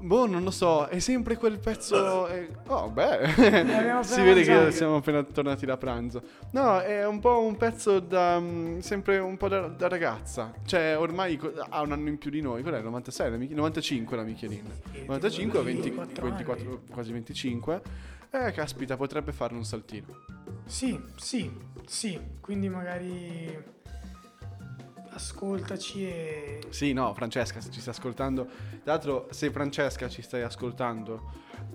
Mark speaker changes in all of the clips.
Speaker 1: Boh, non lo so, è sempre quel pezzo... eh, Oh, beh,
Speaker 2: abbiamo
Speaker 1: si
Speaker 2: appena
Speaker 1: vede che
Speaker 2: mangiato.
Speaker 1: siamo appena tornati da pranzo. No, è un po' un pezzo da... mm, sempre un po' da, da ragazza. Cioè, ormai co- ha un anno in più di noi, quella è 96, la Mich- 95 la Michelin. 95, 20
Speaker 2: 24 anni.
Speaker 1: 24, quasi 25. Eh, caspita, potrebbe fare un saltino.
Speaker 2: Sì, sì, sì. Quindi magari ascoltaci e...
Speaker 1: Sì, no, Francesca se ci sta ascoltando. Tra l'altro, se Francesca ci stai ascoltando,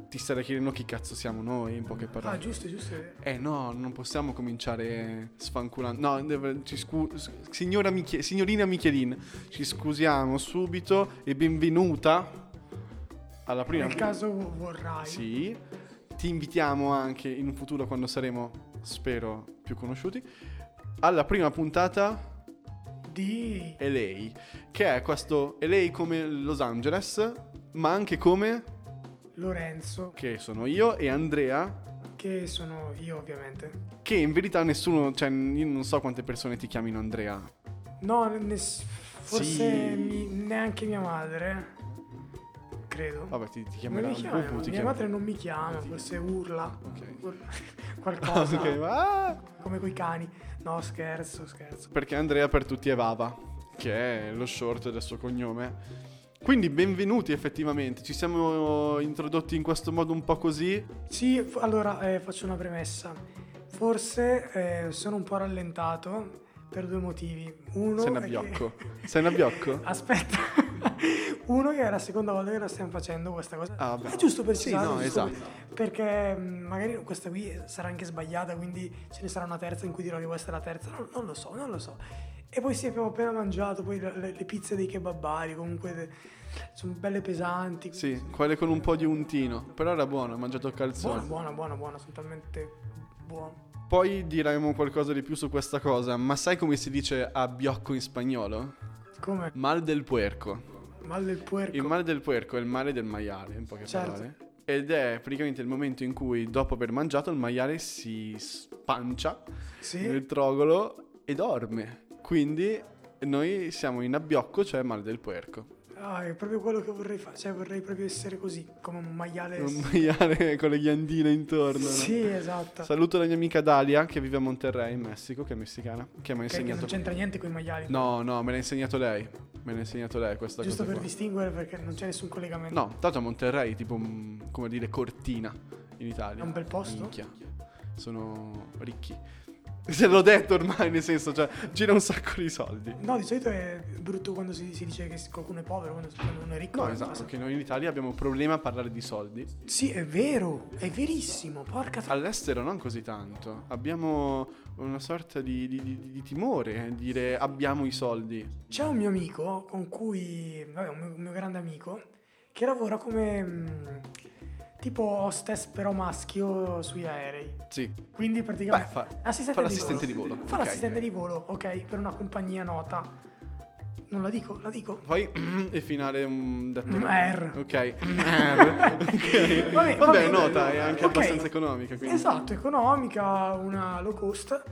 Speaker 1: ti stai chiedendo chi cazzo siamo noi, in poche parole.
Speaker 2: Ah, giusto, giusto.
Speaker 1: Eh no, non possiamo cominciare sfanculando. No, deve- ci scu- s- signora Miche- signorina Michelin, ci scusiamo subito e benvenuta alla prima.
Speaker 2: Nel caso vorrai.
Speaker 1: Sì. Ti invitiamo anche in un futuro quando saremo, spero, più conosciuti. Alla prima puntata
Speaker 2: Di...
Speaker 1: è lei, che è questo è lei come Los Angeles, ma anche come
Speaker 2: Lorenzo,
Speaker 1: che sono io e Andrea
Speaker 2: che sono io ovviamente.
Speaker 1: Che in verità nessuno, cioè io non so quante persone ti chiamino Andrea.
Speaker 2: No, ness- forse
Speaker 1: Sì.
Speaker 2: mi- neanche mia madre, credo.
Speaker 1: Vabbè, ti, ti
Speaker 2: Non
Speaker 1: chiameranno
Speaker 2: mi chiama,
Speaker 1: Pupu, ti
Speaker 2: mia
Speaker 1: chiama.
Speaker 2: madre non mi chiama, forse urla.
Speaker 1: Ok.
Speaker 2: Ur- Qualcosa,
Speaker 1: Ok, ah!
Speaker 2: come coi cani. No, scherzo, scherzo.
Speaker 1: Perché Andrea per tutti è Vava, che è lo short del suo cognome. Quindi benvenuti effettivamente, ci siamo introdotti in questo modo un po' così.
Speaker 2: Sì, f- allora eh, faccio una premessa. Forse eh, sono un po' rallentato per due motivi. Uno...
Speaker 1: Sei Ecco. un
Speaker 2: è che-
Speaker 1: abbiocco. Sei un abbiocco?
Speaker 2: Aspetta. Uno che è la seconda volta che la stiamo facendo questa cosa.
Speaker 1: Ah, beh.
Speaker 2: È giusto per
Speaker 1: Sì, no, esatto.
Speaker 2: Perché mh, magari questa qui sarà anche sbagliata, quindi ce ne sarà una terza in cui dirò che questa è la terza. Non, non lo so, non lo so. E poi sì, abbiamo appena mangiato poi le, le pizze dei kebabari, comunque de- sono belle pesanti.
Speaker 1: Sì, quelle con un po' di untino. Però era buono, ho mangiato
Speaker 2: Buona,
Speaker 1: calzone.
Speaker 2: buona, buona, buona, sono talmente buone.
Speaker 1: Poi diremo qualcosa di più su questa cosa, ma sai come si dice abbiocco in spagnolo?
Speaker 2: Come?
Speaker 1: Mal del puerco.
Speaker 2: Mal del puerco.
Speaker 1: Mm. Il male del puerco è il male del maiale, in poche
Speaker 2: Ecco. Certo.
Speaker 1: parole. Ed è praticamente il momento in cui, dopo aver mangiato, il maiale si spancia
Speaker 2: Sì.
Speaker 1: nel trogolo e dorme. Quindi noi siamo in abbiocco, cioè male del puerco.
Speaker 2: Ah, è proprio quello che vorrei fare. Cioè, vorrei proprio essere così, come un maiale.
Speaker 1: Un maiale con le ghiandine intorno. no?
Speaker 2: Eh Sì, esatto.
Speaker 1: Saluto la mia amica Dalia, che vive a Monterrey, in Messico, che è messicana, che mi ha
Speaker 2: Che- che
Speaker 1: insegnato...
Speaker 2: non c'entra niente con i maiali.
Speaker 1: No, no, me l'ha insegnato lei. Me l'ha insegnato lei questa
Speaker 2: giusto
Speaker 1: cosa
Speaker 2: per
Speaker 1: qua.
Speaker 2: distinguere perché non c'è nessun collegamento.
Speaker 1: No, tanto a Monterrey, tipo, mm, come dire, Cortina in Italia.
Speaker 2: È un bel posto?
Speaker 1: Minchia. Sono ricchi. Se l'ho detto ormai, nel senso, cioè, gira un sacco di soldi.
Speaker 2: No, di solito è brutto quando si, si dice che qualcuno è povero, quando quando uno è ricco.
Speaker 1: No,
Speaker 2: è-
Speaker 1: esatto, che noi in Italia abbiamo un problema a parlare di soldi.
Speaker 2: Sì, è vero, è verissimo. Porca tra...
Speaker 1: All'estero non così tanto. Abbiamo una sorta di, di- di- di timore eh, dire abbiamo i soldi.
Speaker 2: C'è un mio amico con cui. Vabbè, un mio, un mio grande amico che lavora come. mh, tipo hostess però maschio sugli aerei.
Speaker 1: Sì.
Speaker 2: Quindi
Speaker 1: Beh,
Speaker 2: praticamente.
Speaker 1: fa,
Speaker 2: assistente
Speaker 1: fa l'assistente di volo.
Speaker 2: Fa
Speaker 1: ok.
Speaker 2: l'assistente di volo, ok, per una compagnia nota. Non la dico, la dico.
Speaker 1: Poi e finale un detto-
Speaker 2: Mm, R.
Speaker 1: Ok. Ok.
Speaker 2: Vabbè,
Speaker 1: Vabbè,
Speaker 2: vabbè.
Speaker 1: nota, è anche
Speaker 2: Ok.
Speaker 1: abbastanza economica. Quindi.
Speaker 2: Esatto, economica, una low cost.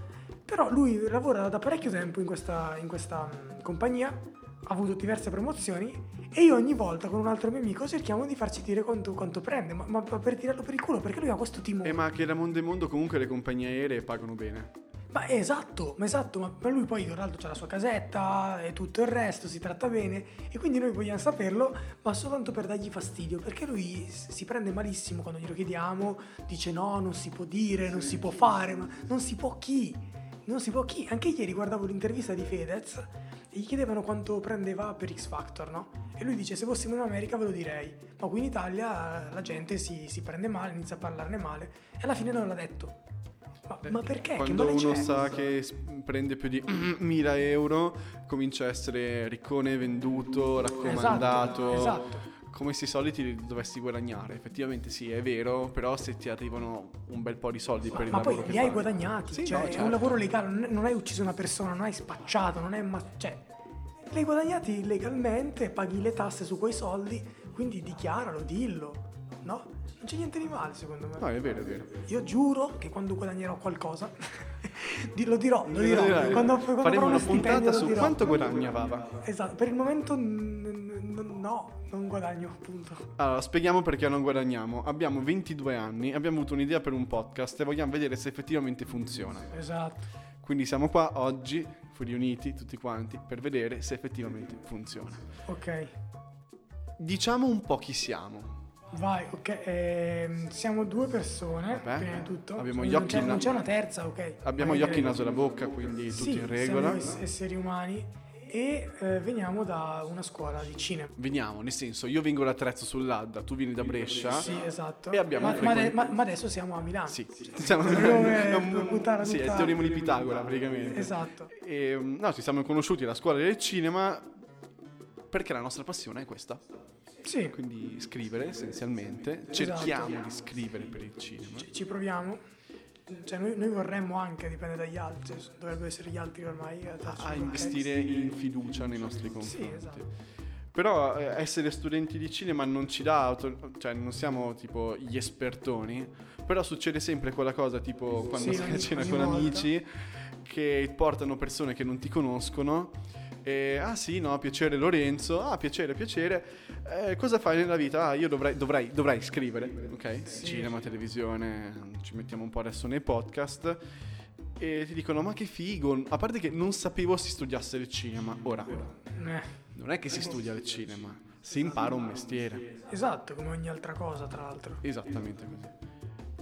Speaker 2: Però lui lavora da parecchio tempo in questa, in questa, mh, compagnia, ha avuto diverse promozioni e io ogni volta con un altro mio amico cerchiamo di farci dire quanto, quanto prende, ma, ma per tirarlo per il culo, perché lui ha questo timore.
Speaker 1: Eh, ma che da mondo in mondo comunque le compagnie aeree pagano bene.
Speaker 2: Ma è esatto, ma esatto, ma per lui poi tra l'altro c'è la sua casetta e tutto il resto, si tratta bene e quindi noi vogliamo saperlo, ma soltanto per dargli fastidio, perché lui s- si prende malissimo quando glielo chiediamo, dice no, non si può dire, non si può fare, ma non si può chi? Non si può chi? Anche ieri guardavo l'intervista di Fedez e gli chiedevano quanto prendeva per X Factor, no? E lui dice se fossimo in America ve lo direi, ma qui in Italia la gente si, si prende male, inizia a parlarne male e alla fine non l'ha detto. Ma, ma perché? che
Speaker 1: Quando
Speaker 2: male
Speaker 1: uno
Speaker 2: c'è?
Speaker 1: sa che s- prende più di 1000 euro, comincia a essere riccone, venduto, raccomandato.
Speaker 2: esatto.
Speaker 1: Come se i soldi ti dovessi guadagnare. Effettivamente sì, è vero, però se ti arrivano un bel po' di soldi per il
Speaker 2: Ma
Speaker 1: lavoro
Speaker 2: poi
Speaker 1: che
Speaker 2: li hai
Speaker 1: fai-
Speaker 2: guadagnati,
Speaker 1: Sì,
Speaker 2: cioè
Speaker 1: no,
Speaker 2: è un
Speaker 1: certo.
Speaker 2: lavoro legale, non, non hai ucciso una persona, non hai spacciato, non è ma- cioè li hai guadagnati legalmente, paghi le tasse su quei soldi, quindi dichiaralo, dillo, no? Non c'è niente di male secondo me.
Speaker 1: No, è vero, è vero.
Speaker 2: Io giuro che quando guadagnerò qualcosa Di- Lo dirò, lo dirò.
Speaker 1: Direi.
Speaker 2: Quando, quando avrò
Speaker 1: Faremo
Speaker 2: uno
Speaker 1: una
Speaker 2: stipendio
Speaker 1: puntata
Speaker 2: lo
Speaker 1: su
Speaker 2: dirò.
Speaker 1: quanto guadagna Vava.
Speaker 2: Esatto, per il momento n- n- no, non guadagno, punto.
Speaker 1: Allora, spieghiamo perché non guadagniamo. Abbiamo 22 anni, abbiamo avuto un'idea per un podcast e vogliamo vedere se effettivamente funziona.
Speaker 2: Esatto.
Speaker 1: Quindi siamo qua oggi, riuniti tutti quanti, per vedere se effettivamente funziona.
Speaker 2: Ok.
Speaker 1: Diciamo un po' chi siamo.
Speaker 2: Vai, ok. ehm, siamo due persone,
Speaker 1: Vabbè.
Speaker 2: prima di tutto.
Speaker 1: Abbiamo
Speaker 2: Non
Speaker 1: gli occhi
Speaker 2: c'è-
Speaker 1: in
Speaker 2: Non
Speaker 1: na-
Speaker 2: c'è una terza, ok.
Speaker 1: Abbiamo
Speaker 2: Vai,
Speaker 1: gli occhi, il
Speaker 2: direi.
Speaker 1: naso e la bocca, quindi
Speaker 2: Sì,
Speaker 1: tutti in
Speaker 2: siamo
Speaker 1: regola.
Speaker 2: es- esseri umani e eh, veniamo da una scuola di cinema.
Speaker 1: Veniamo, nel senso, io vengo da Trezzo sull'Adda, tu vieni da Brescia.
Speaker 2: Sì, esatto.
Speaker 1: E abbiamo
Speaker 2: ma,
Speaker 1: un
Speaker 2: ma
Speaker 1: frequent-
Speaker 2: ade- ma- ma adesso siamo a Milano.
Speaker 1: Sì, siamo
Speaker 2: Come
Speaker 1: è un-
Speaker 2: due puttane
Speaker 1: sì, è il
Speaker 2: adottate.
Speaker 1: teorema di Pitagora praticamente.
Speaker 2: Esatto.
Speaker 1: E, mm, no, ci siamo conosciuti alla scuola del cinema perché la nostra passione è questa.
Speaker 2: Sì,
Speaker 1: Quindi scrivere
Speaker 2: Esatto.
Speaker 1: essenzialmente, cerchiamo di scrivere per il cinema.
Speaker 2: ci- ci proviamo. Cioè, noi, noi vorremmo anche, dipende dagli altri, cioè, dovrebbero essere gli altri ormai eh, a,
Speaker 1: A investire in fiducia nei nostri confronti.
Speaker 2: esatto.
Speaker 1: Però eh, essere studenti di cinema non ci dà, auto- cioè non siamo tipo gli espertoni, però succede sempre quella cosa tipo quando
Speaker 2: Sì,
Speaker 1: sei a
Speaker 2: ogni-
Speaker 1: cena
Speaker 2: ogni
Speaker 1: con
Speaker 2: volta.
Speaker 1: amici che portano persone che non ti conoscono e ah sì no, piacere Lorenzo, ah piacere, piacere, Eh, cosa fai nella vita? Ah io dovrei, dovrei, dovrei scrivere, ok?
Speaker 2: Sì.
Speaker 1: Cinema, televisione, ci mettiamo un po' adesso nei podcast. E ti dicono, ma che figo! A parte che non sapevo si studiasse il cinema. Ora,
Speaker 2: Eh,
Speaker 1: non è che si studia al cinema, si impara un mestiere.
Speaker 2: esatto, come ogni altra cosa, tra l'altro.
Speaker 1: Esattamente così.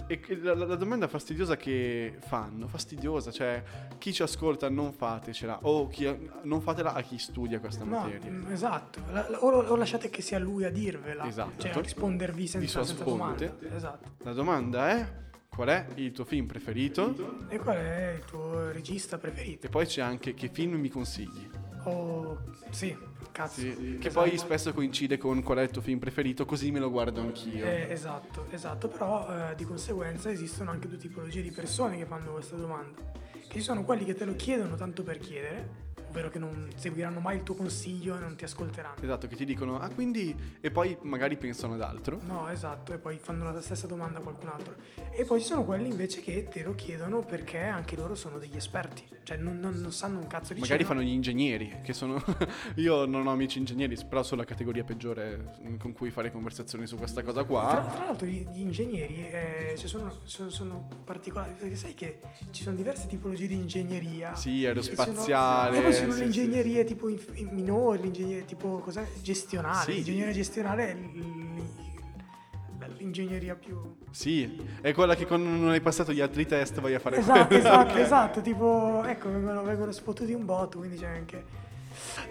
Speaker 1: E che- la, la domanda fastidiosa che fanno, fastidiosa, cioè chi ci ascolta non fatecela, o chi- non fatela a chi studia questa
Speaker 2: No,
Speaker 1: materia.
Speaker 2: mm, esatto. La- la- o, lo- o lasciate che sia lui a dirvela,
Speaker 1: Esatto.
Speaker 2: cioè a rispondervi
Speaker 1: Di
Speaker 2: senza,
Speaker 1: sua
Speaker 2: senza
Speaker 1: sponte.
Speaker 2: domanda. Esatto.
Speaker 1: La domanda è qual è il tuo film preferito?
Speaker 2: E qual è il tuo regista preferito?
Speaker 1: E poi c'è anche che film mi consigli.
Speaker 2: Oh, sì, cazzo.
Speaker 1: Sì, che
Speaker 2: Esatto.
Speaker 1: poi spesso coincide con qual è il tuo film preferito, così me lo guardo anch'io.
Speaker 2: Eh, esatto, esatto, però eh, di conseguenza esistono anche due tipologie di persone che fanno questa domanda, che ci sono quelli che te lo chiedono tanto per chiedere, ovvero che non seguiranno mai il tuo consiglio e non ti ascolteranno.
Speaker 1: Esatto, che ti dicono, ah quindi... e poi magari pensano ad altro.
Speaker 2: No, esatto, e poi fanno la stessa domanda a qualcun altro. E poi ci sono quelli invece che te lo chiedono perché anche loro sono degli esperti, cioè non, non- non sanno un cazzo di
Speaker 1: Magari
Speaker 2: cinema.
Speaker 1: fanno gli ingegneri, che sono... Io non ho amici ingegneri, però sono la categoria peggiore mm, con cui fare conversazioni su questa cosa
Speaker 2: Tra,
Speaker 1: qua.
Speaker 2: tra l'altro gli, gli ingegneri eh, cioè, sono, sono- sono particolari, perché sai che ci sono diverse tipologie di ingegneria.
Speaker 1: Sì,
Speaker 2: E
Speaker 1: aerospaziale.
Speaker 2: poi sono
Speaker 1: sì,
Speaker 2: le ingegnerie tipo inf- minori, l'ingegneria tipo cos'è? gestionale.
Speaker 1: Sì.
Speaker 2: L'ingegneria gestionale è l- l- l'ingegneria più...
Speaker 1: Sì, è quella che quando non hai passato gli altri test vai a fare
Speaker 2: Esatto,
Speaker 1: quello.
Speaker 2: esatto, esatto, tipo, ecco, vengono, vengono spottuti un botto, quindi c'è anche...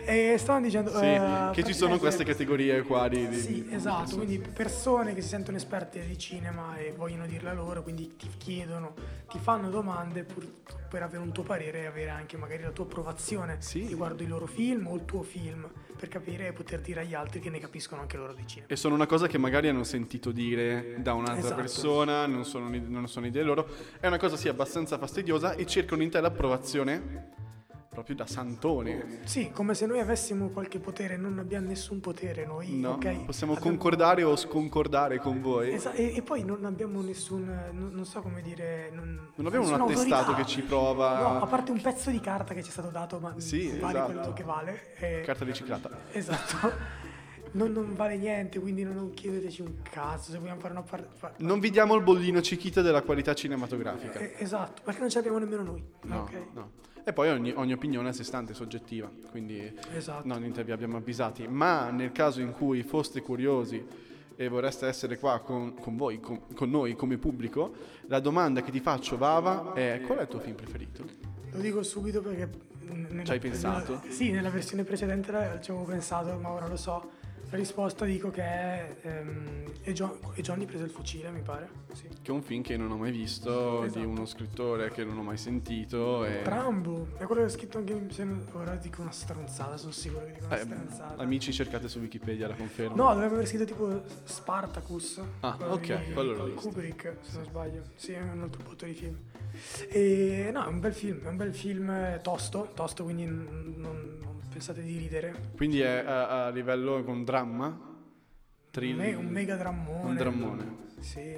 Speaker 2: E stavano dicendo...
Speaker 1: Sì,
Speaker 2: eh,
Speaker 1: che ci sono
Speaker 2: praticamente-
Speaker 1: queste categorie qua di... di-
Speaker 2: Sì,
Speaker 1: di
Speaker 2: esatto,
Speaker 1: persone.
Speaker 2: quindi persone che si sentono esperte di cinema e vogliono dirla loro, quindi ti chiedono, ti fanno domande pur- per avere un tuo parere e avere anche magari la tua approvazione
Speaker 1: Sì.
Speaker 2: riguardo i loro film o il tuo film, per capire e poter dire agli altri che ne capiscono anche loro di cinema.
Speaker 1: E sono una cosa che magari hanno sentito dire da un'altra
Speaker 2: Esatto.
Speaker 1: persona, non sono, non sono idee loro. È una cosa sì abbastanza fastidiosa e cercano in te l'approvazione proprio da santone.
Speaker 2: Sì, come se noi avessimo qualche potere, non abbiamo nessun potere noi,
Speaker 1: No,
Speaker 2: ok?
Speaker 1: possiamo
Speaker 2: Abbiamo-
Speaker 1: concordare o sconcordare con voi.
Speaker 2: Esa- e, e poi non abbiamo nessun, non, non so come dire... Non,
Speaker 1: Non abbiamo un
Speaker 2: nessuna
Speaker 1: attestato
Speaker 2: autorità.
Speaker 1: che ci prova.
Speaker 2: No, a parte un pezzo di carta che ci è stato dato, ma
Speaker 1: Sì,
Speaker 2: vale
Speaker 1: esatto.
Speaker 2: quello che vale. eh,
Speaker 1: Carta riciclata.
Speaker 2: Esatto. Non, non vale niente, quindi non, non chiedeteci un cazzo se vogliamo fare una par- fa-
Speaker 1: Non vi diamo il bollino cichita della qualità cinematografica.
Speaker 2: Eh, Esatto, perché non ce l'abbiamo nemmeno noi.
Speaker 1: No,
Speaker 2: ok?
Speaker 1: no. E poi ogni, ogni opinione è a sé stante, è soggettiva, quindi
Speaker 2: Esatto.
Speaker 1: no, niente, vi abbiamo avvisati. Ma nel caso in cui foste curiosi e vorreste essere qua con, con voi, con, con noi come pubblico, la domanda che ti faccio, Vava, è qual è il tuo film preferito?
Speaker 2: Lo dico subito perché... n- nella-
Speaker 1: Ci hai pensato?
Speaker 2: nella- sì, nella versione precedente la- ci avevo pensato, ma ora lo so. La risposta dico che è... ehm, e, Gio- e Johnny prese il fucile, mi pare. Sì.
Speaker 1: Che è un film che non ho mai visto,
Speaker 2: Esatto.
Speaker 1: di uno scrittore che non ho mai sentito. E...
Speaker 2: Trambo, è quello che ho scritto anche... in- se non- Ora dico una stronzata, sono sicuro che dico una
Speaker 1: Eh,
Speaker 2: stronzata.
Speaker 1: amici, cercate su Wikipedia la conferma.
Speaker 2: No, dovrebbe aver scritto tipo Spartacus.
Speaker 1: Ah,
Speaker 2: quello
Speaker 1: ok,
Speaker 2: di-
Speaker 1: quello l'ho
Speaker 2: di
Speaker 1: visto.
Speaker 2: Kubrick, se non sbaglio. Sì, è un altro botto di film. E, no, è un bel film, è un bel film eh, tosto, tosto, quindi n- non, non pensate di ridere.
Speaker 1: Quindi è a, a livello con dramma?
Speaker 2: Un, me-
Speaker 1: Thriller?
Speaker 2: un mega drammone.
Speaker 1: Un drammone.
Speaker 2: Sì,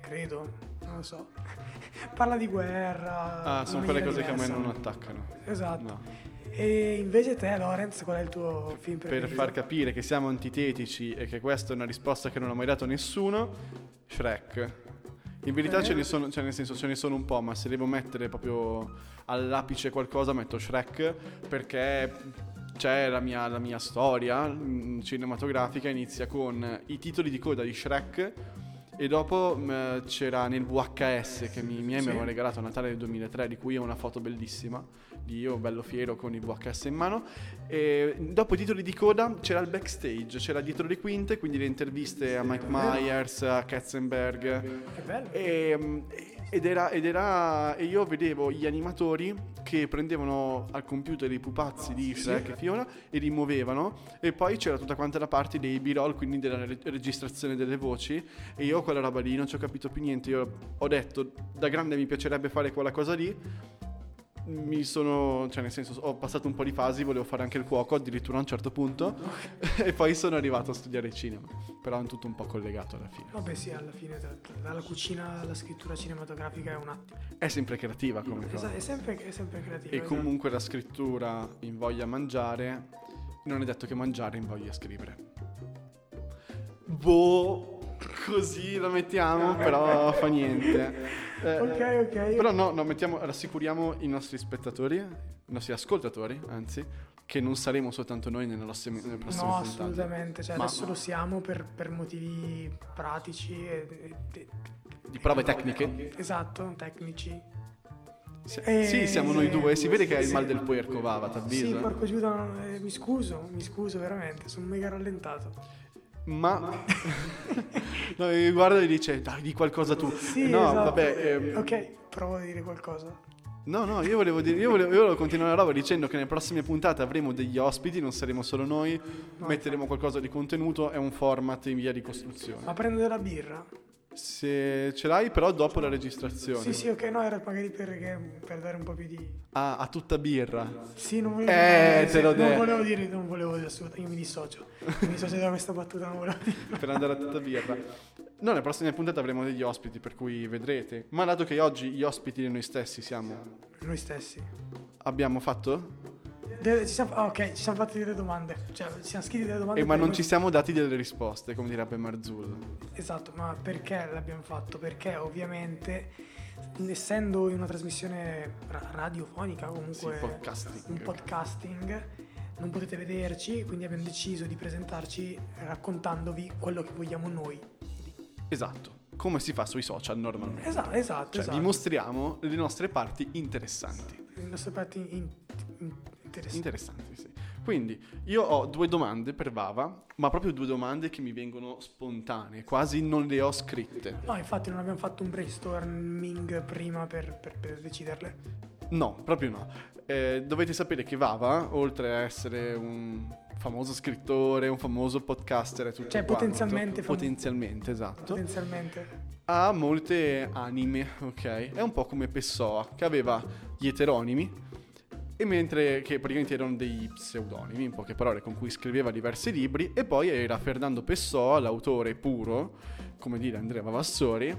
Speaker 2: credo. non lo so. Parla di guerra.
Speaker 1: Ah,
Speaker 2: in
Speaker 1: sono quelle cose
Speaker 2: maniera
Speaker 1: che a me
Speaker 2: diversa.
Speaker 1: non attaccano.
Speaker 2: Esatto.
Speaker 1: No.
Speaker 2: E invece te, Lorenz, qual è il tuo film
Speaker 1: Per
Speaker 2: preferito?
Speaker 1: far capire che siamo antitetici e che questa è una risposta che non ha mai dato nessuno, Shrek. In verità
Speaker 2: Eh.
Speaker 1: ce ne sono, cioè nel senso ce ne sono un po', ma se devo mettere proprio all'apice qualcosa metto Shrek perché c'è la mia, la mia storia mm, cinematografica, inizia con i titoli di coda di Shrek e dopo mm, c'era nel VHS che mi- i miei
Speaker 2: Sì.
Speaker 1: mi avevano regalato a Natale del 2003, di cui ho una foto bellissima di io bello fiero con il VHS in mano. E dopo i titoli di coda c'era il backstage, c'era dietro le quinte, quindi le interviste a Mike Myers, a Katzenberg.
Speaker 2: Che bello.
Speaker 1: E, mm, ed, era, ed era- e io vedevo gli animatori che prendevano al computer i pupazzi di Shrek e Fiona e li muovevano e poi c'era tutta quanta la parte dei b-roll quindi della re- registrazione delle voci e io quella roba lì non ci ho capito più niente io ho detto da grande mi piacerebbe fare quella cosa lì mi sono, cioè nel senso, ho passato un po' di fasi, volevo fare anche il cuoco addirittura a un certo punto e poi sono arrivato a studiare cinema, però è tutto un po' collegato alla fine.
Speaker 2: Vabbè sì, alla fine da- dalla cucina alla scrittura cinematografica è un attimo.
Speaker 1: È sempre creativa come cosa.
Speaker 2: Esa- È sempre, è sempre creativo.
Speaker 1: E
Speaker 2: esatto.
Speaker 1: comunque la scrittura invoglia a mangiare, non è detto che mangiare invoglia a scrivere. Boh, così la mettiamo, però fa niente. Eh,
Speaker 2: Ah, Ok, ok.
Speaker 1: Però no, no, mettiamo- rassicuriamo i nostri spettatori, i nostri ascoltatori, anzi, che non saremo soltanto noi nelle prossime, nelle prossime
Speaker 2: No,
Speaker 1: puntate.
Speaker 2: assolutamente. Cioè,
Speaker 1: Ma-
Speaker 2: adesso lo siamo per, per motivi pratici e- e-
Speaker 1: Di prove tecniche?
Speaker 2: Esatto, tecnici.
Speaker 1: Sì,
Speaker 2: Eh,
Speaker 1: sì, siamo noi due, si vede che hai il
Speaker 2: sì.
Speaker 1: mal del puerco, Vava, t'avviso.
Speaker 2: Sì,
Speaker 1: eh.
Speaker 2: porco Giuda, no, eh, mi scuso, mi scuso veramente, sono mega rallentato.
Speaker 1: Ma no, mi guarda e dice dai di qualcosa tu.
Speaker 2: Sì,
Speaker 1: no,
Speaker 2: esatto.
Speaker 1: vabbè. ehm,
Speaker 2: Ok, provo a dire qualcosa.
Speaker 1: No, no, io volevo, dire, io, volevo, io volevo continuare la roba dicendo che nelle prossime puntate avremo degli ospiti, non saremo solo noi, metteremo qualcosa di contenuto, è un format in via di costruzione.
Speaker 2: Ma prendo della birra?
Speaker 1: Se ce l'hai però dopo la registrazione.
Speaker 2: Sì, sì, ok, no, era magari perché- per dare un po' più di...
Speaker 1: Ah, a tutta birra.
Speaker 2: Sì, non volevo
Speaker 1: Eh, te l'ho
Speaker 2: non
Speaker 1: detto.
Speaker 2: volevo dire, non volevo dire assolutamente, io mi dissocio. Mi dissocio da questa battuta, non volevo dire.
Speaker 1: Per andare a tutta birra. No, nelle prossime puntate avremo degli ospiti, per cui vedrete. Ma dato che oggi gli ospiti di noi stessi siamo...
Speaker 2: Noi stessi.
Speaker 1: Abbiamo fatto?
Speaker 2: De- ci siamo- ah, ok, ci siamo fatti delle domande. Cioè, ci siamo scritti delle domande.
Speaker 1: E Eh, ma
Speaker 2: per-
Speaker 1: non ci siamo dati delle risposte, come direbbe Marzullo.
Speaker 2: Esatto, ma perché l'abbiamo fatto? Perché ovviamente, essendo in una trasmissione ra- radiofonica, comunque
Speaker 1: Sì, podcasting.
Speaker 2: un podcasting, non potete vederci, quindi abbiamo deciso di presentarci raccontandovi quello che vogliamo noi.
Speaker 1: Esatto, come si fa sui social normalmente.
Speaker 2: Esatto, esatto,
Speaker 1: Cioè,
Speaker 2: esatto.
Speaker 1: vi mostriamo le nostre parti interessanti.
Speaker 2: Il nostro parte in- in- interessante.
Speaker 1: Interessanti, sì. Quindi, io ho due domande per Vava, ma proprio due domande che mi vengono spontanee, quasi non le ho scritte.
Speaker 2: No, infatti non abbiamo fatto un brainstorming prima per, per- per deciderle.
Speaker 1: No, proprio no. Eh, dovete sapere che Vava, oltre a essere un famoso scrittore, un famoso podcaster e tutto
Speaker 2: Cioè,
Speaker 1: quanto,
Speaker 2: potenzialmente fam-
Speaker 1: potenzialmente, esatto.
Speaker 2: Potenzialmente.
Speaker 1: ha molte anime, ok? È un po' come Pessoa, che aveva gli eteronimi, e mentre che praticamente erano dei pseudonimi, in poche parole, con cui scriveva diversi libri, e poi era Fernando Pessoa, l'autore puro, come dire Andrea Vavassori,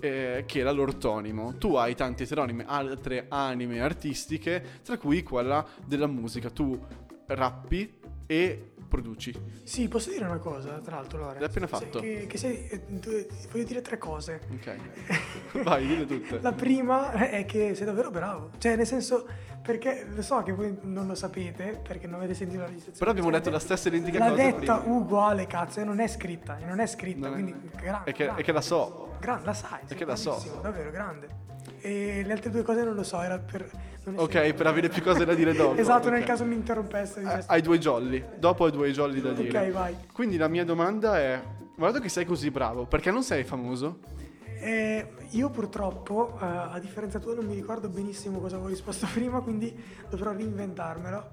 Speaker 1: eh, che era l'ortonimo. Tu hai tanti eteronimi, altre anime artistiche, tra cui quella della musica. Tu rappi e produci.
Speaker 2: Sì, posso dire una cosa, tra l'altro, Lore?
Speaker 1: L'hai appena
Speaker 2: Sì,
Speaker 1: fatto.
Speaker 2: Che, che sei, eh, due- voglio dire tre cose.
Speaker 1: Ok. Vai, dille tutte.
Speaker 2: La prima è che sei davvero bravo. Cioè, nel senso, perché lo so che voi non lo sapete, perché non avete sentito la registrazione. Cioè,
Speaker 1: Però abbiamo detto la stessa identica
Speaker 2: L'ha
Speaker 1: cosa
Speaker 2: detta
Speaker 1: prima.
Speaker 2: uguale, cazzo, e non è scritta. E non è scritta,
Speaker 1: Non è-
Speaker 2: quindi grande.
Speaker 1: È che, è che la so.
Speaker 2: la sai. sei
Speaker 1: che la so.
Speaker 2: bravissimo, Davvero, grande. E le altre due cose non lo so, era per... non è
Speaker 1: Ok,
Speaker 2: scritto.
Speaker 1: per avere più cose da dire dopo.
Speaker 2: Esatto,
Speaker 1: Ok.
Speaker 2: nel caso mi interrompesse di
Speaker 1: Eh,
Speaker 2: questo.
Speaker 1: Hai due jolly. Dopo hai due jolly da dire.
Speaker 2: Ok, vai.
Speaker 1: Quindi la mia domanda è: guarda che sei così bravo, perché non sei famoso?
Speaker 2: Eh, io purtroppo, eh, a differenza tua, non mi ricordo benissimo cosa avevo risposto prima, quindi dovrò reinventarmelo.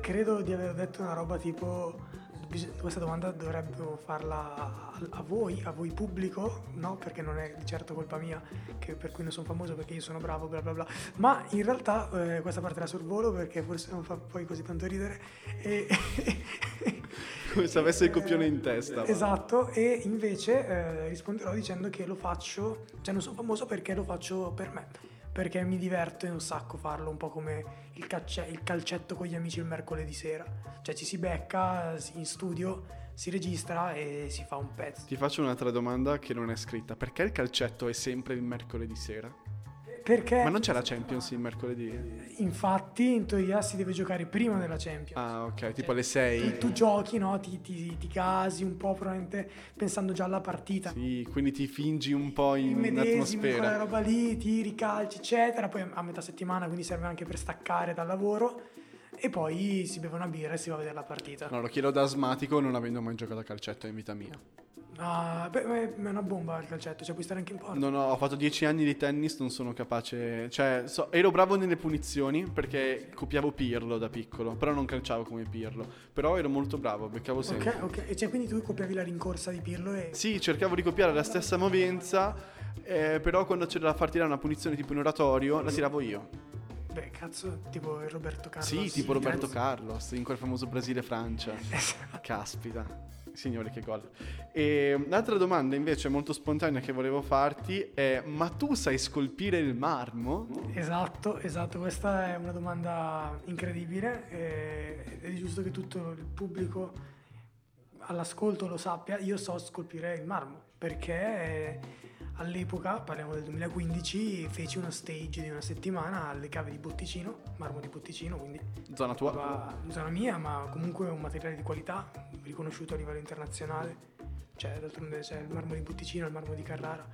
Speaker 2: Credo di aver detto una roba tipo: bis- questa domanda dovrebbe farla a, a voi, a voi pubblico, no? Perché non è di certo colpa mia, che- per cui non sono famoso, perché io sono bravo, bla bla bla. Ma in realtà eh, questa parte la sorvolo perché forse non fa poi così tanto ridere. E,
Speaker 1: come se avesse il copione in testa. va.
Speaker 2: Esatto, e invece eh, risponderò dicendo che lo faccio, cioè non sono famoso perché lo faccio per me, perché mi diverto un sacco farlo, un po' come il, calce- il calcetto con gli amici il mercoledì sera, cioè ci si becca eh, si- in studio, si registra e si fa un pezzo.
Speaker 1: Ti faccio un'altra domanda che non è scritta. Perché il calcetto è sempre il mercoledì sera?
Speaker 2: Perché
Speaker 1: Ma non c'è la Champions il mercoledì?
Speaker 2: infatti in teoria si deve giocare prima della Champions.
Speaker 1: Ah, ok, tipo alle
Speaker 2: Tu,
Speaker 1: 6.
Speaker 2: tu giochi, no? Ti, ti- ti casi un po' probabilmente pensando già alla partita.
Speaker 1: Sì, quindi ti fingi un po'
Speaker 2: il
Speaker 1: in
Speaker 2: medesimo, quella
Speaker 1: atmosfera.
Speaker 2: roba lì, tiri, calci, eccetera. Poi a metà settimana, quindi serve anche per staccare dal lavoro. E poi si beve una birra e si va a vedere la partita.
Speaker 1: No, lo chiedo da asmatico non avendo mai giocato a calcetto in vita mia.
Speaker 2: Ah, beh, beh, ma è una bomba il calcetto, cioè puoi stare anche in porta.
Speaker 1: No, no, ho fatto 10 anni di tennis, non sono capace. Cioè, so- ero bravo nelle punizioni perché copiavo Pirlo da piccolo, però non calciavo come Pirlo. Però ero molto bravo, beccavo sempre.
Speaker 2: ok, ok. E Cioè, quindi tu copiavi la rincorsa di Pirlo e...
Speaker 1: Sì, cercavo di copiare la stessa movenza, eh, però quando c'era da far tirare una punizione tipo in oratorio, la tiravo io.
Speaker 2: Beh, cazzo, tipo il Roberto Carlos. Esatto.
Speaker 1: sì, tipo Roberto
Speaker 2: Ah, cazzo.
Speaker 1: Carlos in quel famoso Brasile-Francia. Caspita. Signore, che gol. E un'altra domanda invece molto spontanea che volevo farti è: ma tu sai scolpire il marmo?
Speaker 2: Esatto, esatto, questa è una domanda incredibile eh, ed è giusto che tutto il pubblico all'ascolto lo sappia, io so scolpire il marmo perché eh, all'epoca, parliamo del 2015, feci uno stage di una settimana alle cave di Botticino, marmo di Botticino, quindi
Speaker 1: Zona tua?
Speaker 2: roba in zona mia, ma comunque è un materiale di qualità riconosciuto a livello internazionale. Cioè, d'altronde c'è il marmo di Botticino, il marmo di Carrara.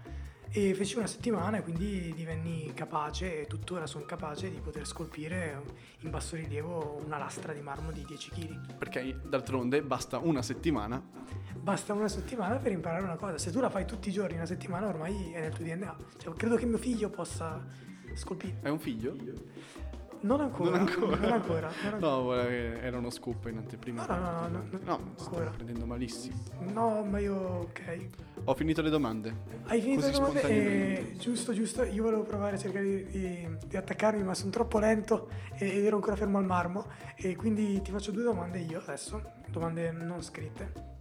Speaker 2: E feci una settimana e quindi divenni capace, e tuttora sono capace, di poter scolpire in bassorilievo una lastra di marmo di 10 kg.
Speaker 1: Perché d'altronde basta una settimana.
Speaker 2: Basta una settimana per imparare una cosa. Se tu la fai tutti i giorni, una settimana ormai è nel tuo DNA. Cioè, credo che mio figlio possa scolpire.
Speaker 1: Hai un figlio?
Speaker 2: Non ancora.
Speaker 1: Non ancora.
Speaker 2: Non ancora. non ancora.
Speaker 1: No, guarda che era uno scoop in anteprima.
Speaker 2: No, no, no, no, no.
Speaker 1: No, mi
Speaker 2: Ancora.
Speaker 1: stavo prendendo malissimo.
Speaker 2: No, ma io, ok.
Speaker 1: Ho finito le domande.
Speaker 2: Hai finito
Speaker 1: Così
Speaker 2: le domande?
Speaker 1: spontaneamente.
Speaker 2: Eh, giusto, giusto. Io volevo provare a cercare di, di- di attaccarmi, ma sono troppo lento e, ed ero ancora fermo al marmo. E quindi ti faccio due domande io adesso, domande non scritte.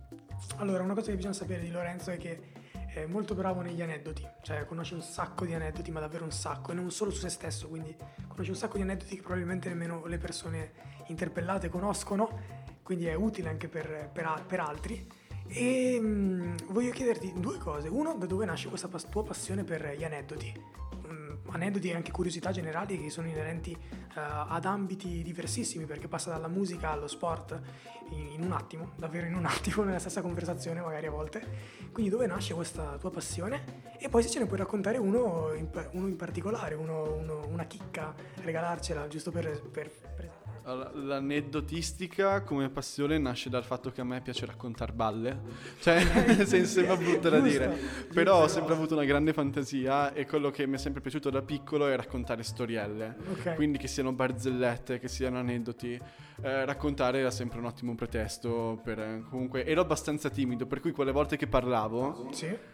Speaker 2: Allora, una cosa che bisogna sapere di Lorenzo è che è molto bravo negli aneddoti, cioè conosce un sacco di aneddoti, ma davvero un sacco, e non solo su se stesso, quindi conosce un sacco di aneddoti che probabilmente nemmeno le persone interpellate conoscono, quindi è utile anche per, per a- per altri. E mm, voglio chiederti due cose. Uno, da dove nasce questa pas- tua passione per gli aneddoti? Mm, aneddoti e anche curiosità generali che sono inerenti eh, ad ambiti diversissimi, perché passa dalla musica allo sport in, in un attimo, davvero in un attimo, nella stessa conversazione magari a volte. Quindi dove nasce questa tua passione? E poi se ce ne puoi raccontare uno in, pa- uno in particolare, uno- uno- una chicca, regalarcela, giusto per... per, per-
Speaker 1: Allora, L'aneddotistica come passione nasce dal fatto che a me piace raccontare balle, cioè nel senso sembra brutta da
Speaker 2: Giusto,
Speaker 1: dire,
Speaker 2: giusto,
Speaker 1: però ho
Speaker 2: no.
Speaker 1: sempre avuto una grande fantasia e quello che mi è sempre piaciuto da piccolo è raccontare storielle,
Speaker 2: Ok.
Speaker 1: quindi che siano barzellette, che siano aneddoti, eh, raccontare era sempre un ottimo pretesto per eh, comunque ero abbastanza timido, per cui quelle volte che parlavo
Speaker 2: Sì?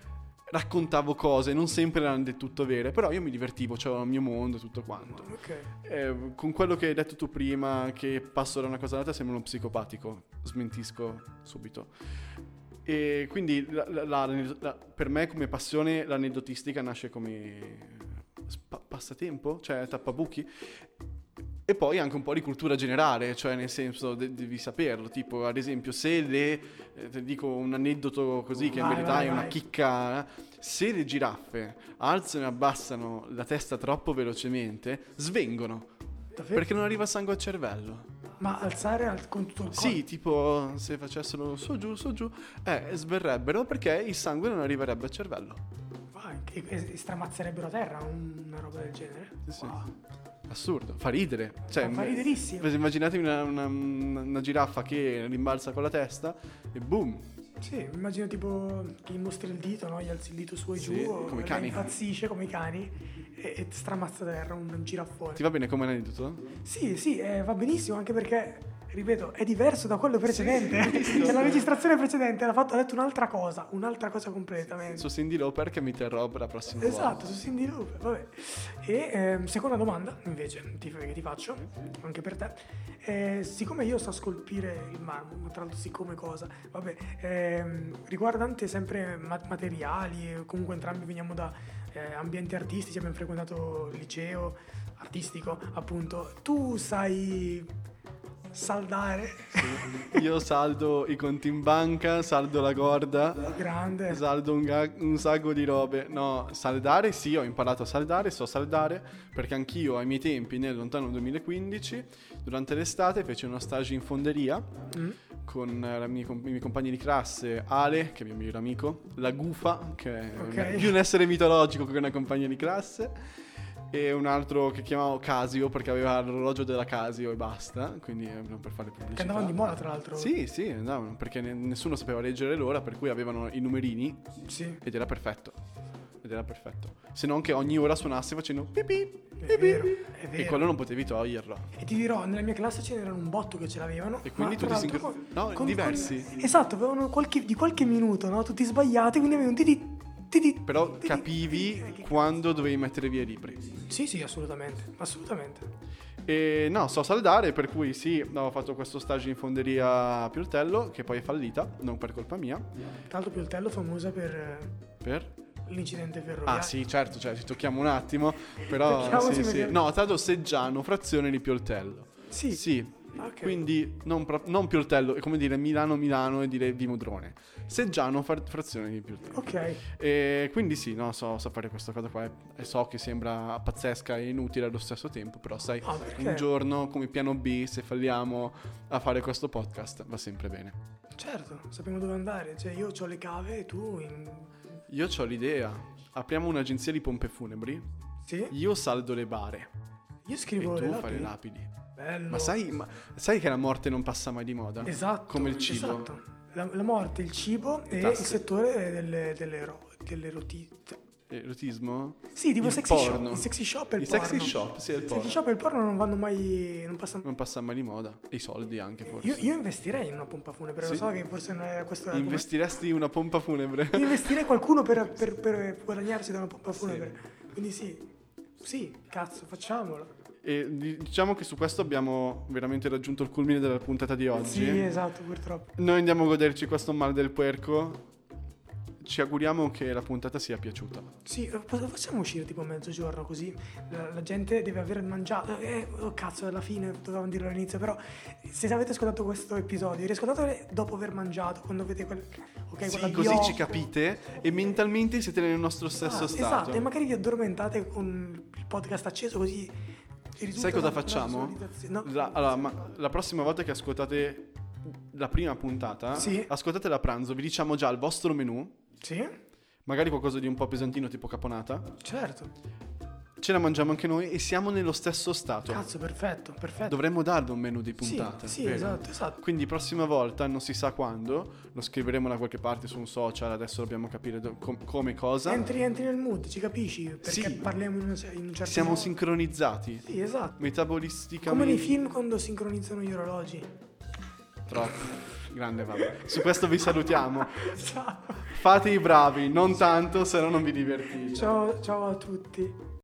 Speaker 1: raccontavo cose, non sempre erano del tutto vere, però io mi divertivo, c'avevo il mio mondo e tutto quanto.
Speaker 2: Ok.
Speaker 1: Eh, con quello che hai detto tu prima, che passo da una cosa all'altra, sembra uno psicopatico. Smentisco subito. E quindi la- la- la- la- per me come passione l'aneddotistica nasce come spa- passatempo, cioè tappabuchi. E poi anche un po' di cultura generale, cioè nel senso de- devi saperlo, tipo ad esempio se le, eh, te dico un aneddoto così che in
Speaker 2: Vai,
Speaker 1: verità
Speaker 2: vai,
Speaker 1: è una
Speaker 2: vai.
Speaker 1: chicca, se le giraffe alzano e abbassano la testa troppo velocemente, svengono.
Speaker 2: Davvero?
Speaker 1: Perché non arriva il sangue al cervello.
Speaker 2: Ma alzare al- con tutto il corpo?
Speaker 1: Sì, tipo se facessero su giù, su giù, eh, sverrebbero perché il sangue non arriverebbe al cervello.
Speaker 2: Vai, che- e, e stramazzerebbero a terra, un- una roba del genere.
Speaker 1: Sì, sì.
Speaker 2: Wow.
Speaker 1: Assurdo, fa ridere. Cioè,
Speaker 2: Ma Ah, fa riderissimo.
Speaker 1: Immaginatevi una, una- una giraffa che rimbalza con la testa e boom.
Speaker 2: Sì, mi immagino tipo che gli mostri il dito, no? Gli alzi il dito su e
Speaker 1: Sì,
Speaker 2: giù,
Speaker 1: come i
Speaker 2: lei
Speaker 1: cani.
Speaker 2: impazzisce come i cani e, e stramazza a terra un giraffone.
Speaker 1: Ti va bene come aneddoto?
Speaker 2: Sì, sì, eh, va benissimo anche perché ripeto, è diverso da quello precedente. Cioè, la registrazione precedente era fatta, ha detto un'altra cosa, un'altra cosa completamente.
Speaker 1: Su Cindy Lauper che mi terrò per la prossima
Speaker 2: Esatto,
Speaker 1: volta.
Speaker 2: su Cindy Loop, vabbè. E ehm, seconda domanda, invece, ti- che ti faccio, anche per te. Eh, siccome io so scolpire il marmo, ma tra l'altro siccome cosa, vabbè, ehm, riguardante sempre ma- materiali, eh, comunque entrambi veniamo da eh, ambienti artistici, abbiamo frequentato il liceo artistico, appunto. Tu sai saldare,
Speaker 1: Io saldo i conti in banca, saldo la corda,
Speaker 2: grande.
Speaker 1: saldo un, ga- un sacco di robe. No, saldare sì, ho imparato a saldare, so saldare, perché anch'io ai miei tempi, nel lontano 2015, durante l'estate feci uno stage in fonderia
Speaker 2: Mm.
Speaker 1: con eh, la mia com- i miei compagni di classe Ale, che è mio migliore amico, la Gufa, che è
Speaker 2: Ok.
Speaker 1: un- più un essere mitologico che una compagna di classe, e un altro che chiamavo Casio perché aveva l'orologio della Casio e basta, quindi eh, non per fare pubblicità.
Speaker 2: Che andavano di moda, tra l'altro.
Speaker 1: Sì, sì, andavano, perché ne- nessuno sapeva leggere l'ora, per cui avevano i numerini
Speaker 2: Sì.
Speaker 1: ed era perfetto. Ed era perfetto. Se non che ogni ora suonasse facendo pipì,
Speaker 2: È vero, è
Speaker 1: E
Speaker 2: vero.
Speaker 1: quello non potevi toglierlo.
Speaker 2: E ti dirò, nella mia classe ce n'erano un botto che ce l'avevano.
Speaker 1: E quindi
Speaker 2: ma tra
Speaker 1: tutti
Speaker 2: l'altro
Speaker 1: sincro- no, diversi.
Speaker 2: esatto, avevano qualche- di qualche minuto, no? Tutti sbagliati, quindi avevano un di di
Speaker 1: Però capivi quando dovevi mettere via i libri.
Speaker 2: Sì, sì, assolutamente, assolutamente.
Speaker 1: E no, so saldare, per cui sì, no, ho fatto questo stage in fonderia a Pioltello, che poi è fallita, non per colpa mia.
Speaker 2: Tra l'altro Pioltello è famosa per eh,
Speaker 1: Per...
Speaker 2: l'incidente ferroviario.
Speaker 1: Ah sì, certo, cioè ci tocchiamo un attimo, però...
Speaker 2: Tocchiamoci
Speaker 1: sì, sì.
Speaker 2: perché-
Speaker 1: No, ho stato Seggiano, frazione di Pioltello.
Speaker 2: Sì.
Speaker 1: Sì.
Speaker 2: Ok.
Speaker 1: Quindi non, pro- non Pioltello, è come dire Milano Milano e dire Vimodrone. Seggiano far- frazione di Pioltello.
Speaker 2: Ok,
Speaker 1: E quindi sì, no, so, so fare questa cosa qua e- e so che sembra pazzesca e inutile allo stesso tempo, però sai,
Speaker 2: Ah, perché?
Speaker 1: un giorno come piano B, se falliamo a fare questo podcast, va sempre bene.
Speaker 2: certo, sappiamo dove andare. Cioè, io ho le cave e tu in...
Speaker 1: Io ho l'idea, apriamo un'agenzia di pompe funebri,
Speaker 2: Sì?
Speaker 1: io saldo le bare
Speaker 2: Io
Speaker 1: e
Speaker 2: scrivo
Speaker 1: tu
Speaker 2: le lapidi.
Speaker 1: fai le lapidi.
Speaker 2: Bello.
Speaker 1: Ma sai, ma sai che la morte non passa mai di moda?
Speaker 2: Esatto.
Speaker 1: Come il cibo.
Speaker 2: esatto. La, la morte, il cibo e il
Speaker 1: tasse.
Speaker 2: settore eh, delle, delle, ro- delle roti-
Speaker 1: Eh, Erotismo?
Speaker 2: Sì, tipo
Speaker 1: Il
Speaker 2: sexy
Speaker 1: porno.
Speaker 2: shop. Il sexy shop e il,
Speaker 1: Il
Speaker 2: porno.
Speaker 1: sexy shop, sì, è il
Speaker 2: Il
Speaker 1: porno.
Speaker 2: sexy shop e il porno non vanno mai. Non passano.
Speaker 1: Non passa mai di moda. E i soldi anche forse.
Speaker 2: Io, io investirei in una pompa funebre,
Speaker 1: Sì.
Speaker 2: lo so che forse non è questo. l'argomento.
Speaker 1: Investiresti in una pompa funebre?
Speaker 2: Investirei qualcuno per, per- per guadagnarsi da una pompa funebre. Quindi sì. Sì, cazzo, facciamolo.
Speaker 1: E di- diciamo che su questo abbiamo veramente raggiunto il culmine della puntata di oggi.
Speaker 2: Sì, esatto, purtroppo.
Speaker 1: Noi andiamo a goderci questo mal del puerco. Ci auguriamo che la puntata sia piaciuta.
Speaker 2: Sì, eh, po- facciamo uscire tipo a mezzogiorno così la, la gente deve aver mangiato. Eh, oh cazzo, alla fine dovevamo dirlo all'inizio, però se avete ascoltato questo episodio, riascoltatelo dopo aver mangiato, quando avete quel... Ok,
Speaker 1: Sì,
Speaker 2: quella
Speaker 1: così ci
Speaker 2: biocco.
Speaker 1: capite e mentalmente siete nel nostro stesso
Speaker 2: Ah,
Speaker 1: stato.
Speaker 2: Esatto, e magari vi addormentate con il podcast acceso così. vi risulta
Speaker 1: Sai cosa
Speaker 2: una- una
Speaker 1: facciamo?
Speaker 2: visualizzazione- No.
Speaker 1: La, allora, ma- la prossima volta che ascoltate la prima puntata,
Speaker 2: Sì.
Speaker 1: ascoltate la pranzo, vi diciamo già il vostro menù,
Speaker 2: Sì,
Speaker 1: magari qualcosa di un po' pesantino tipo caponata.
Speaker 2: certo.
Speaker 1: Ce la mangiamo anche noi e siamo nello stesso stato.
Speaker 2: Cazzo, perfetto, perfetto.
Speaker 1: Certo. Dovremmo darvi un menu di
Speaker 2: Sì,
Speaker 1: puntate.
Speaker 2: Sì,
Speaker 1: vero?
Speaker 2: esatto, esatto.
Speaker 1: Quindi prossima volta, non si sa quando, lo scriveremo da qualche parte su un social, adesso dobbiamo capire do- com- come cosa.
Speaker 2: Entri, entri nel mood, ci capisci? Perché
Speaker 1: Esatto. Sì.
Speaker 2: parliamo in un, in un certo
Speaker 1: Siamo
Speaker 2: modo.
Speaker 1: sincronizzati,
Speaker 2: Sì, esatto. Come
Speaker 1: metabolisticamente.
Speaker 2: nei film quando sincronizzano gli orologi.
Speaker 1: Troppo. Grande, vabbè. Su questo vi salutiamo.
Speaker 2: Ciao.
Speaker 1: Fate i bravi, non tanto, se no non vi divertite.
Speaker 2: Ciao, ciao a tutti.